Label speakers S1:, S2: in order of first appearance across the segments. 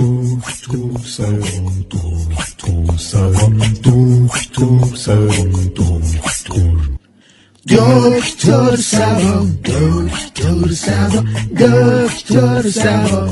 S1: Doktor Saron, Doktor Saron, Doktor Saron, Doktor Doktor Saron, Doktor Saron, Doktor Saron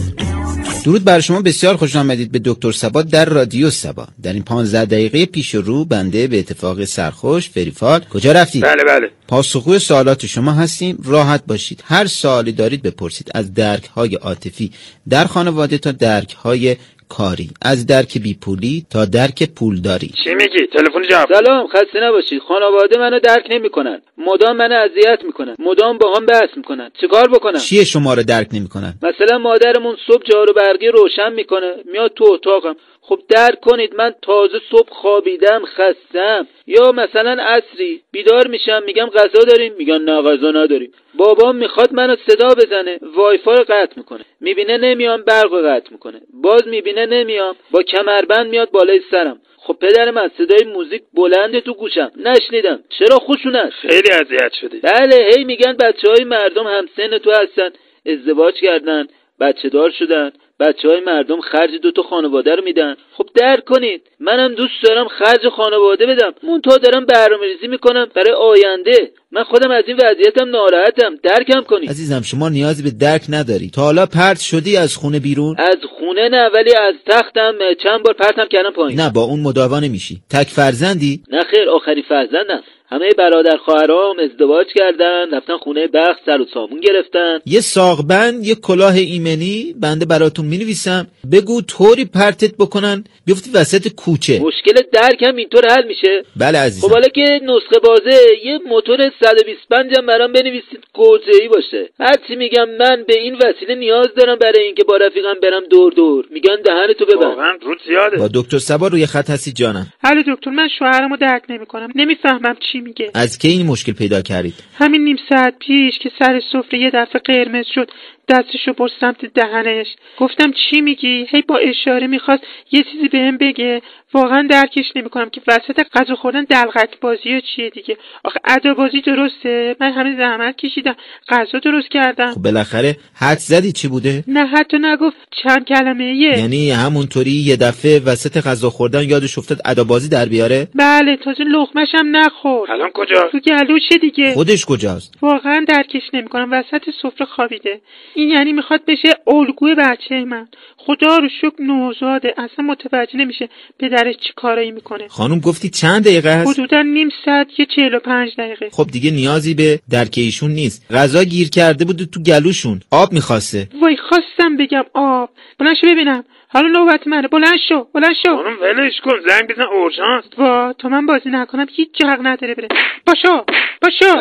S2: درود بر شما بسیار خوش آمدید به دکتر سبا در رادیو سبا در این 15 دقیقه پیش و رو بنده به اتفاق سرخوش فریفال کجا رفتید
S3: بله بله
S2: پاسخگوی سوالات شما هستیم راحت باشید هر سوالی دارید بپرسید از درک های عاطفی در خانواده تا درک های کاری از درک بیپولی تا درک پولداری
S3: چی میگی تلفن جواب
S4: سلام خسته نباشید خانواده منو درک نمیکنن مدام منو اذیت میکنن مدام با هم بحث میکنن چیکار بکنم
S2: چیه شما را درک نمیکنن
S4: مثلا مادرمون صبح جارو برقی روشن میکنه میاد تو اتاقم خب درک کنید من تازه صبح خوابیدم خستم یا مثلا عصری بیدار میشم میگم غذا داریم میگن نه غذا نداریم بابام میخواد منو صدا بزنه وایفا رو قطع میکنه میبینه نمیام برق رو قطع میکنه باز میبینه نمیام با کمربند میاد بالای سرم خب پدر من صدای موزیک بلند تو گوشم نشنیدم چرا خوشونش
S3: خیلی اذیت شدی
S4: بله هی میگن بچه های مردم همسن تو هستن ازدواج کردن بچه دار شدن بچه های مردم خرج دوتا خانواده رو میدن خب درک کنید منم دوست دارم خرج خانواده بدم منتها دارم برنامه ریزی میکنم برای آینده من خودم از این وضعیتم ناراحتم درکم کنید
S2: عزیزم شما نیازی به درک نداری تا حالا پرت شدی از خونه بیرون
S4: از خونه نه ولی از تختم چند بار پرتم کردم پایین
S2: نه با اون مداوا نمیشی تک فرزندی
S4: نه خیر آخری فرزندم همه برادر خواهرام ازدواج کردن رفتن خونه بخت سر و سامون گرفتن
S2: یه ساقبند یه کلاه ایمنی بنده براتون مینویسم بگو طوری پرتت بکنن بیفتی وسط کوچه
S4: مشکل درک هم اینطور حل میشه
S2: بله
S4: خب
S2: عزیزم
S4: حالا که نسخه بازه یه موتور 125 هم برام بنویسید گوجه ای باشه هرچی میگم من به این وسیله نیاز دارم برای اینکه با رفیقم برم دور دور میگن دهن تو ببند
S3: واقعا رود زیاده
S2: با دکتر سبا روی خط هستی جانم
S5: الو دکتر من شوهرمو درک نمیکنم نمیفهمم چی میگه
S2: از کی این مشکل پیدا کردید
S5: همین نیم ساعت پیش که سر سفره یه دفعه قرمز شد دستشو برد سمت دهنش گفتم چی میگی هی با اشاره میخواست یه چیزی بهم بگه واقعا درکش نمیکنم که وسط غذا خوردن دلغک بازی یا چیه دیگه آخه ادا بازی درسته من همه زحمت کشیدم غذا درست کردم
S2: خب بالاخره حد زدی چی بوده
S5: نه حتی نگفت چند کلمه یه
S2: یعنی همونطوری یه دفعه وسط غذا خوردن یادش افتاد ادابازی در بیاره
S5: بله تازه لغمشم نخورد
S3: الان کجا
S5: تو گلوشه دیگه
S2: خودش کجاست
S5: واقعا درکش نمیکنم وسط سفره خوابیده این یعنی میخواد بشه الگوی بچه من خدا رو شکر نوزاده اصلا متوجه نمیشه پدرش چی کارایی میکنه
S2: خانم گفتی چند دقیقه هست
S5: حدودا نیم ساعت یه چهل و پنج دقیقه
S2: خب دیگه نیازی به درک ایشون نیست غذا گیر کرده بود تو گلوشون آب میخواسته
S5: وای خواستم بگم آب بلند شو ببینم حالا نوبت منه بلند شو بلند شو
S3: خانم ولش کن زنگ بزن اورژانس
S5: وا تا من بازی نکنم هیچ جا حق نداره بره باشو باشو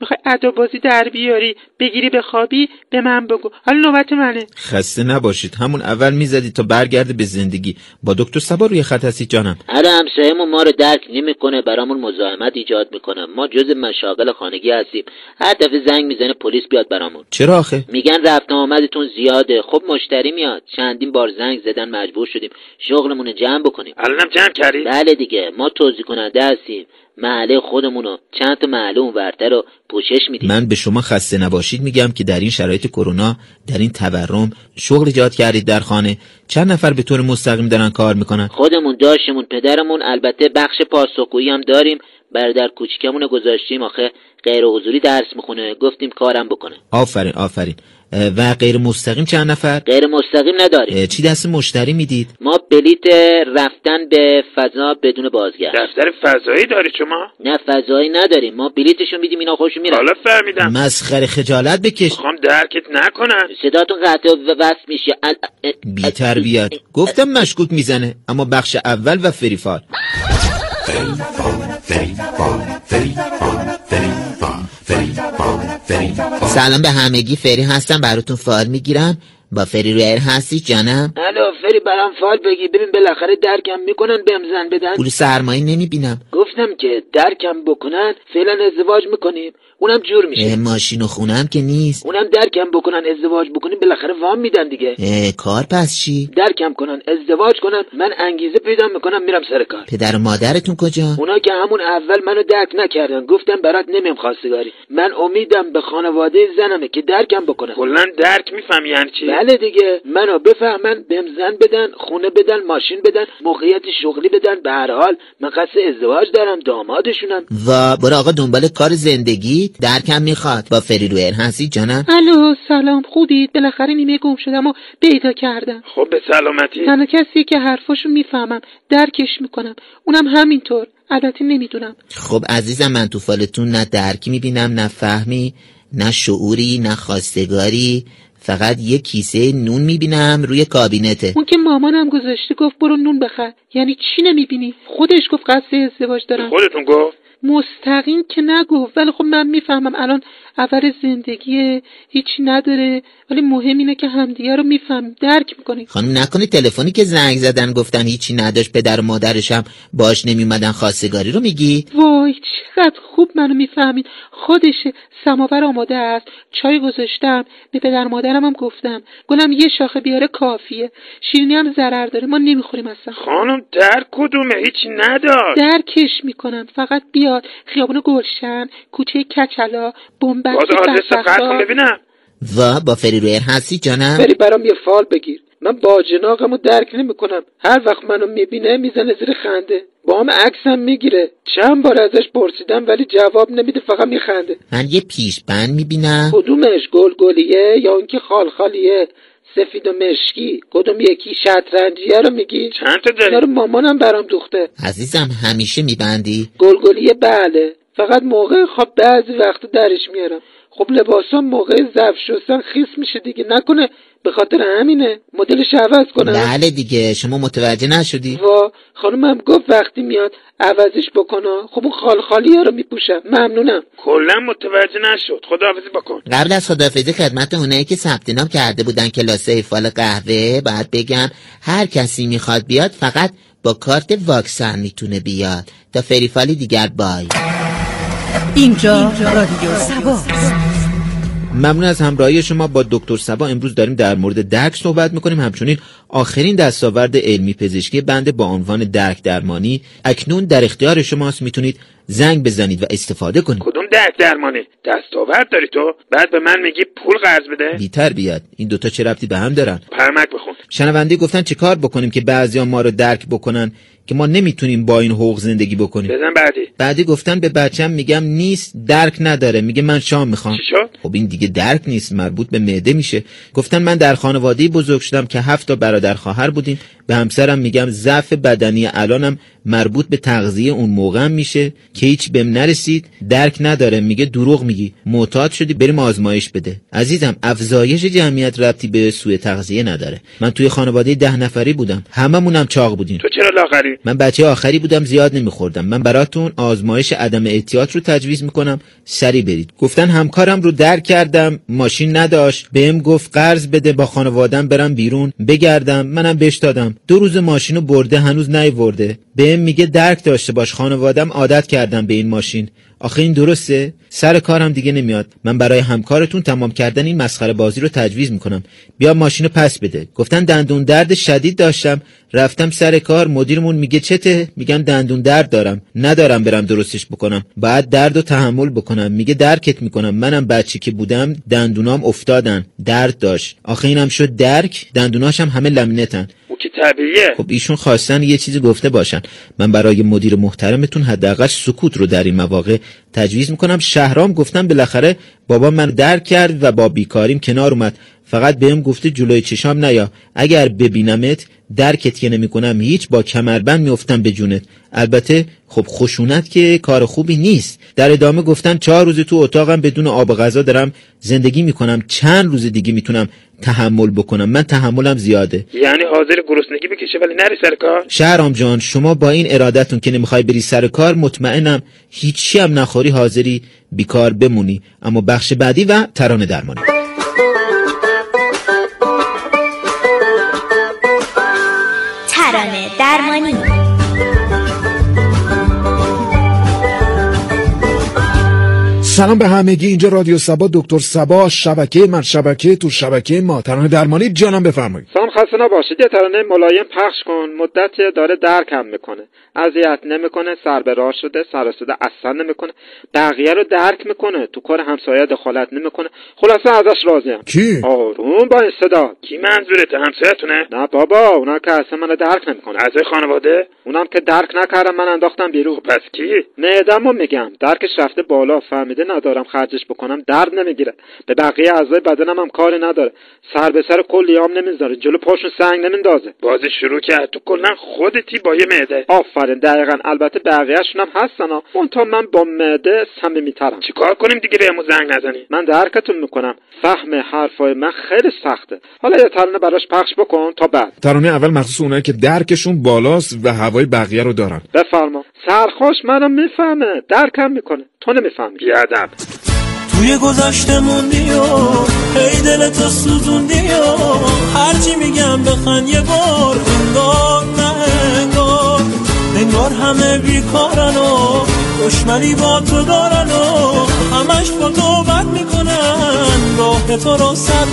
S5: میخوای ادا بازی در بیاری بگیری به خوابی به من بگو حالا نوبت منه
S2: خسته نباشید همون اول میزدی تا برگرده به زندگی با دکتر سبا روی خط هستی جانم
S6: هر همسایمون آره، ما رو درک نمیکنه برامون مزاحمت ایجاد میکنه ما جز مشاغل خانگی هستیم هر دفعه زنگ میزنه پلیس بیاد برامون
S2: چرا آخه
S6: میگن رفت و آمدتون زیاده خب مشتری میاد چندین بار زنگ زدن مجبور شدیم شغلمون رو جمع بکنیم
S3: الانم جمع کردی
S6: بله دیگه ما توضیح کننده هستیم محله خودمونو چند تا محله اون ورتر رو پوشش میدیم
S2: من به شما خسته نباشید میگم که در این شرایط کرونا در این تورم شغل ایجاد کردید در خانه چند نفر به طور مستقیم دارن کار میکنن
S6: خودمون داشتمون پدرمون البته بخش پاسخگویی هم داریم برادر کوچیکمون رو گذاشتیم آخه غیر حضوری درس میخونه گفتیم کارم بکنه
S2: آفرین آفرین اه، و غیر مستقیم چند نفر
S6: غیر مستقیم نداریم
S2: اه، چی دست مشتری میدید
S6: ما بلیت رفتن به فضا بدون بازگشت
S3: دفتر فضایی داری شما
S6: نه فضایی نداریم ما بلیتشو میدیم اینا خوش میرن
S3: حالا فهمیدم
S2: مسخره خجالت بکش
S3: میخوام درکت نکنن
S6: صداتون قطع و وصل میشه ال... ال-
S2: بی تربیت گفتم مشکوک میزنه اما بخش اول و فریفال سلام به همگی فری هستم براتون فال میگیرم با فری رویر هستی جانم
S4: الو فری برام فال بگی ببین بالاخره درکم میکنن بهم زن بدن
S2: پول سرمایه نمیبینم
S4: گفتم که درکم بکنن فعلا ازدواج میکنیم
S7: اونم جور میشه
S2: اه، ماشین و خونم که نیست
S7: اونم درکم بکنن ازدواج بکنیم بالاخره وام میدن دیگه
S2: اه، کار پس چی؟
S7: درکم کنن ازدواج کنن من انگیزه پیدا میکنم میرم سر کار
S2: پدر و مادرتون کجا؟
S7: اونا که همون اول منو درک نکردن گفتم برات نمیم خواستگاری من امیدم به خانواده زنمه که درکم بکنن
S3: کلا درک میفهمی یعنی چی
S7: بله دیگه منو بفهمن بهم زن بدن خونه بدن ماشین بدن موقعیت شغلی بدن به هر حال من قصد ازدواج دارم دامادشونم
S2: و برو آقا دنبال کار زندگی درکم میخواد با فریروئر هستی جانم
S5: الو سلام خوبید بالاخره نیمه گم شدم و پیدا کردم
S3: خب به سلامتی
S5: تنها کسی که حرفاشو میفهمم درکش میکنم اونم همینطور البته نمیدونم
S2: خب عزیزم من تو فالتون نه درکی میبینم نه فهمی نه شعوری نه خواستگاری فقط یه کیسه نون میبینم روی کابینته
S5: اون که مامانم گذاشته گفت برو نون بخر یعنی چی نمیبینی خودش گفت قصد ازدواج دارم
S3: خودتون گفت
S5: مستقیم که نگفت ولی خب من میفهمم الان اول زندگیه هیچی نداره ولی مهم اینه که همدیگه رو میفهمیم درک میکنیم
S2: خانم نکنه تلفنی که زنگ زدن گفتن هیچی نداشت پدر و مادرشم باش نمیومدن خواستگاری رو میگی
S5: وای چقدر خوب منو میفهمید خودشه سماور آماده است چای گذاشتم به پدر مادرم هم گفتم گلم یه شاخه بیاره کافیه شیرینی هم ضرر داره ما نمیخوریم اصلا
S3: خانم درک کدومه هیچی نداشت
S5: درکش میکنم فقط بیاد خیابون گلشن کوچه کچلا بنبک
S3: باز آدرس قطع کن ببینم
S2: و با فریروئر هستی جانم
S8: بری برام یه فال بگیر من باجناقمو درک نمیکنم هر وقت منو میبینه میزنه زیر خنده با هم عکسم میگیره چند بار ازش پرسیدم ولی جواب نمیده فقط میخنده
S2: من یه پیشبند میبینم
S8: کدومش گلگلیه یا اینکه خالخالیه سفید و مشکی کدوم یکی شطرنجیه رو میگی
S3: چند تا
S8: اینا
S3: داری
S8: رو مامانم برام دوخته
S2: عزیزم همیشه میبندی
S8: گلگلیه بله فقط موقع خواب بعضی وقت درش میارم خب لباسام موقع ظرف شستن خیس میشه دیگه نکنه به خاطر همینه مدلش عوض کنم
S2: بله دیگه شما متوجه نشدی
S8: و خانومم گفت وقتی میاد عوضش بکنه خب اون خالخالیه رو میپوشم ممنونم
S3: کلا متوجه نشد خداحافظی بکن
S2: قبل از خدافزی خدمت اونایی که ثبت نام کرده بودن کلاسه فال قهوه باید بگم هر کسی میخواد بیاد فقط با کارت واکسن میتونه بیاد تا فریفالی دیگر بای
S9: اینجا رادیو سباست
S2: ممنون از همراهی شما با دکتر سبا امروز داریم در مورد درک صحبت میکنیم همچنین آخرین دستاورد علمی پزشکی بنده با عنوان درک درمانی اکنون در اختیار شماست میتونید زنگ بزنید و استفاده کنید
S3: کدوم درک درمانه دستاورد داری تو بعد به من میگی پول قرض
S4: بله.
S3: بده
S2: بیتر بیاد این دوتا چه ربطی به هم دارن
S3: پرمک بخون
S2: شنونده گفتن چه کار بکنیم که بعضیا ما رو درک بکنن که ما نمیتونیم با این حقوق زندگی بکنیم
S3: بزن بعدی
S2: بعدی گفتن به بچم میگم نیست درک نداره میگه من شام میخوام
S3: چی شد
S2: خب این دیگه درک نیست مربوط به معده میشه گفتن من در خانواده بزرگ شدم که هفت تا برادر خواهر بودیم به همسرم میگم ضعف بدنی الانم مربوط به تغذیه اون موقعم میشه که هیچ بهم نرسید درک نداره میگه دروغ میگی معتاد شدی بریم آزمایش بده عزیزم افزایش جمعیت ربطی به سوء تغذیه نداره من توی خانواده ده نفری بودم هممونم چاق بودیم
S3: تو چرا لاغری
S2: من بچه آخری بودم زیاد نمیخوردم من براتون آزمایش عدم احتیاط رو تجویز میکنم سری برید گفتن همکارم رو در کردم ماشین نداشت بهم گفت قرض بده با خانوادم برم بیرون بگردم منم بهش دادم دو روز ماشین رو برده هنوز نیورده بهم میگه درک داشته باش خانوادم عادت کردم به این ماشین آخه این درسته سر کارم دیگه نمیاد من برای همکارتون تمام کردن این مسخره بازی رو تجویز میکنم بیا ماشین رو پس بده گفتن دندون درد شدید داشتم رفتم سر کار مدیرمون میگه چته میگم دندون درد دارم ندارم برم درستش بکنم بعد درد و تحمل بکنم میگه درکت میکنم منم بچه که بودم دندونام افتادن درد داشت آخه اینم شد درک دندوناشم همه لمینتن
S3: او که طبیعیه
S2: خب ایشون خواستن یه چیزی گفته باشن من برای مدیر محترمتون حداقل سکوت رو در این مواقع تجویز میکنم شهرام گفتم بالاخره بابا من درک کرد و با بیکاریم کنار اومد فقط بهم گفته جلوی چشام نیا اگر ببینمت درکت که نمیکنم هیچ با کمربند میافتم به جونت البته خب خشونت که کار خوبی نیست در ادامه گفتن چهار روز تو اتاقم بدون آب و غذا دارم زندگی میکنم چند روز دیگه میتونم تحمل بکنم من تحملم زیاده
S3: یعنی حاضر گرسنگی بکشه ولی نری سر کار
S2: شهرام جان شما با این ارادتون که نمیخوای بری سر کار مطمئنم هیچی هم نخوری حاضری بیکار بمونی اما بخش بعدی و ترانه درمانی
S10: ترانه درمانی
S1: سلام سلام به همگی اینجا رادیو سبا دکتر سبا شبکه من شبکه تو شبکه ما ترانه درمانی جانم بفرمایید
S3: سام خسته نباشید یه ترانه ملایم پخش کن مدت داره درکم میکنه اذیت نمیکنه سر به راه شده سراسده اصلا نمیکنه بقیه رو درک میکنه تو کار همسایه دخالت نمیکنه خلاصه ازش راضیم
S1: کی
S3: آروم با این صدا کی منظورت همسایتونه نه بابا اونا که اصلا منو درک نمیکنه اعضای خانواده اونم که درک نکردم من انداختم بیرون پس کی معدمو میگم درکش رفته بالا فهمیده ندارم خرجش بکنم درد نمیگیره به بقیه اعضای بدنم هم کاری نداره سر به سر کلیام نمیذاره جلو پاشون سنگ نمیندازه بازی شروع کرد تو کلا خودتی با یه معده آفرین دقیقا البته بقیهشون هم هستن ها. اون تا من با معده صمیمیترم چیکار کنیم دیگه بهمون زنگ نزنی من درکتون میکنم فهم حرفای من خیلی سخته حالا یه ترانه براش پخش بکن تا بعد
S1: ترانه اول مخصوص اونایی که درکشون بالاست و هوای بقیه رو دارن
S3: بفرما سرخوش منم میفهمه درکم میکنه تو نمیفهمی بیادم
S11: توی گذشته موندی و هی دلتو سوزوندی و هرچی میگم بخن یه بار انگار نه انگار انگار همه بیکارن و دشمنی با تو دارن و همش با تو بد میکنن راه تو رو سد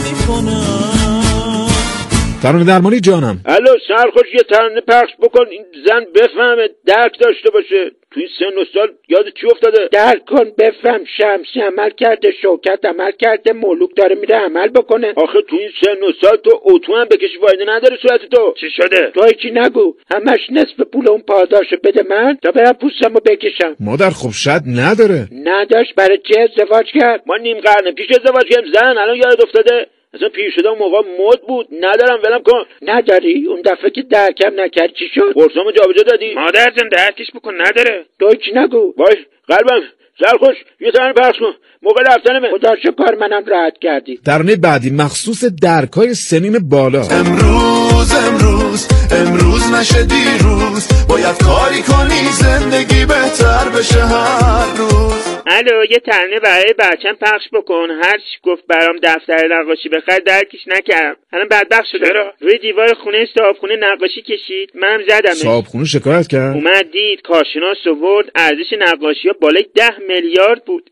S11: میکنن
S1: ترانه درمانی جانم
S12: الو سرخوش یه ترانه پخش بکن این زن بفهمه درک داشته باشه توی سن و سال یاد چی افتاده
S13: درک کن بفهم شمسی عمل کرده شوکت عمل کرده مولوک داره میره عمل بکنه
S12: آخه توی این سن و سال تو اتو هم بکشی فایده نداره صورت تو
S3: چی شده
S13: تو هیچی نگو همش نصف پول اون پاداشو بده من تا برم پوستمو بکشم
S1: مادر خب شد نداره
S13: نداشت برای چه ازدواج کرد
S12: ما نیم قرنه پیش ازدواج کردیم زن الان یاد افتاده اصلا پیر شده اون موقع مد بود ندارم ولم کن
S13: نداری اون دفعه که درکم نکرد چی شد
S12: قرصامو جابجا دادی
S3: مادر جان درکش بکن نداره
S13: دویچ نگو
S12: باش قلبم سرخوش یه ترانه پخش کن موقع رفتن من
S13: خدا کار منم راحت کردی
S1: ترانه بعدی مخصوص درکای سنین بالا
S14: امروز امروز امروز نشه دیروز باید کاری کنی زندگی بهتر بشه هر روز
S4: الو یه ترانه برای بچم پخش بکن هر چی گفت برام دفتر نقاشی بخر درکش نکردم الان بدبخت شده
S3: چرا؟
S4: روی دیوار خونه صاحبخونه نقاشی کشید منم زدم
S1: صاحبخونه شکایت کرد
S4: اومد دید کارشناس آورد ارزش نقاشی ها بالای ده میلیارد بود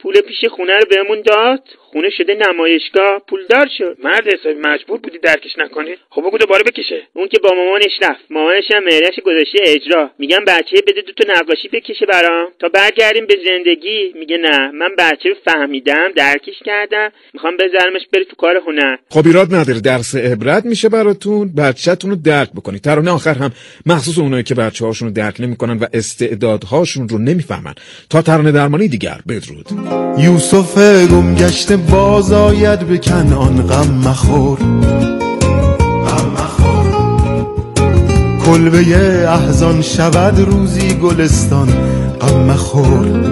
S4: پول پیش خونه رو بهمون داد خونه شده نمایشگاه پولدار شد
S3: مرد حسابی مجبور بودی درکش نکنی خب بگو دوباره بکشه
S4: اون که با مامانش رفت مامانش هم مهرش گذاشته اجرا میگم بچه بده دو تا نقاشی بکشه برام تا برگردیم به زندگی میگه نه من بچه رو فهمیدم درکش کردم میخوام بذارمش بره تو کار هنر
S1: خب ایراد نداره درس عبرت میشه براتون بچهتون رو درک بکنی ترانه آخر هم مخصوص اونایی که بچه هاشون رو درک نمیکنن و استعدادهاشون رو نمیفهمن تا ترانه درمانی دیگر بدرود
S14: یوسف گم گشته باز آید به کنان غم مخور کلبه احزان شود روزی گلستان غم مخور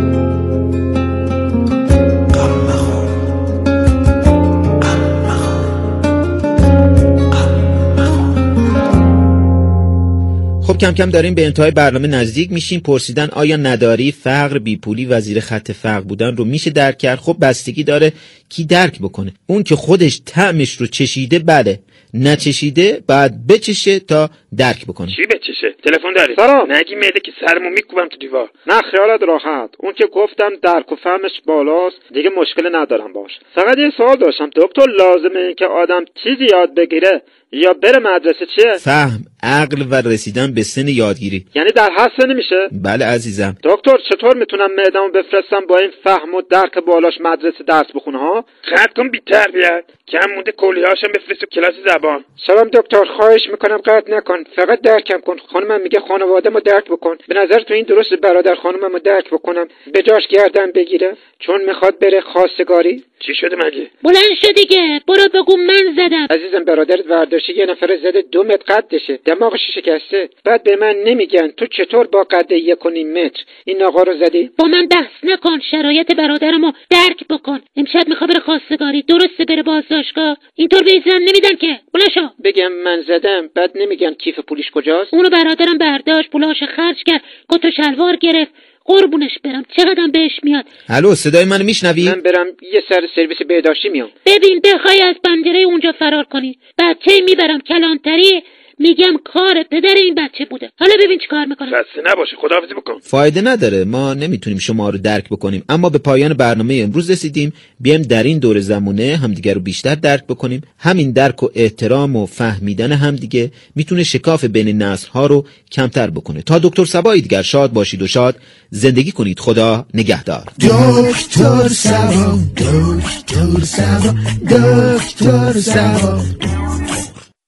S2: خب کم کم داریم به انتهای برنامه نزدیک میشیم پرسیدن آیا نداری فقر بیپولی و زیر خط فقر بودن رو میشه درک کرد خب بستگی داره کی درک بکنه اون که خودش طعمش رو چشیده بله نچشیده بعد بچشه تا درک بکنه
S3: چی بچشه تلفن داری
S12: سلام.
S3: نگی میده که سرمو میکوبم تو دیوار
S12: نه خیالت راحت اون که گفتم درک و فهمش بالاست دیگه مشکل ندارم باش فقط یه سوال داشتم دکتر لازمه این که آدم چیزی یاد بگیره یا بره مدرسه چیه
S2: فهم عقل و رسیدن به سن یادگیری
S12: یعنی در حسه نمیشه
S2: بله عزیزم
S12: دکتر چطور میتونم معدمو بفرستم با این فهم و درک بالاش مدرسه درس بخونه ها
S3: قد کن بیتربیت کم مونده کلیهاشم بفرست تو کلاس زبان
S13: سلام دکتر خواهش میکنم قطع نکن فقط درکم کن خانمم میگه خانواده ما درک بکن به نظر تو این درست برادر خانمم رو درک بکنم به جاش گردن بگیره چون میخواد بره خواستگاری
S3: چی شده مگه
S15: بلند شو دیگه برو بگو من زدم
S13: عزیزم برادرت ورداشی یه نفر زده دو متر قدشه دماغش شکسته بعد به من نمیگن تو چطور با قد یک و نیم متر این آقا رو زدی
S15: با من بحث نکن شرایط برادرمو درک بکن امشب میخواد بره خواستگاری درسته بره بازداشتگاه اینطور به زن نمیدن که بلند شو
S13: بگم من زدم بعد نمیگن کیف پولیش کجاست
S15: اونو برادرم برداشت پولاش خرج کرد کت و شلوار گرفت قربونش برم چقدرم بهش میاد
S2: الو صدای منو میشنوی
S13: من برم یه سر سرویس بهداشتی میام
S15: ببین بخوای از پنجره اونجا فرار کنی بچه میبرم کلانتری میگم کار پدر این بچه بوده حالا ببین چی کار میکنم
S12: خسته نباشه خداحافظی بکن
S2: فایده نداره ما نمیتونیم شما رو درک بکنیم اما به پایان برنامه امروز رسیدیم بیایم در این دور زمونه همدیگر رو بیشتر درک بکنیم همین درک و احترام و فهمیدن همدیگه میتونه شکاف بین نسل ها رو کمتر بکنه تا دکتر سبایی دیگر شاد باشید و شاد زندگی کنید خدا نگهدار
S16: دکتر سبا دکتر سبا دکتر سبا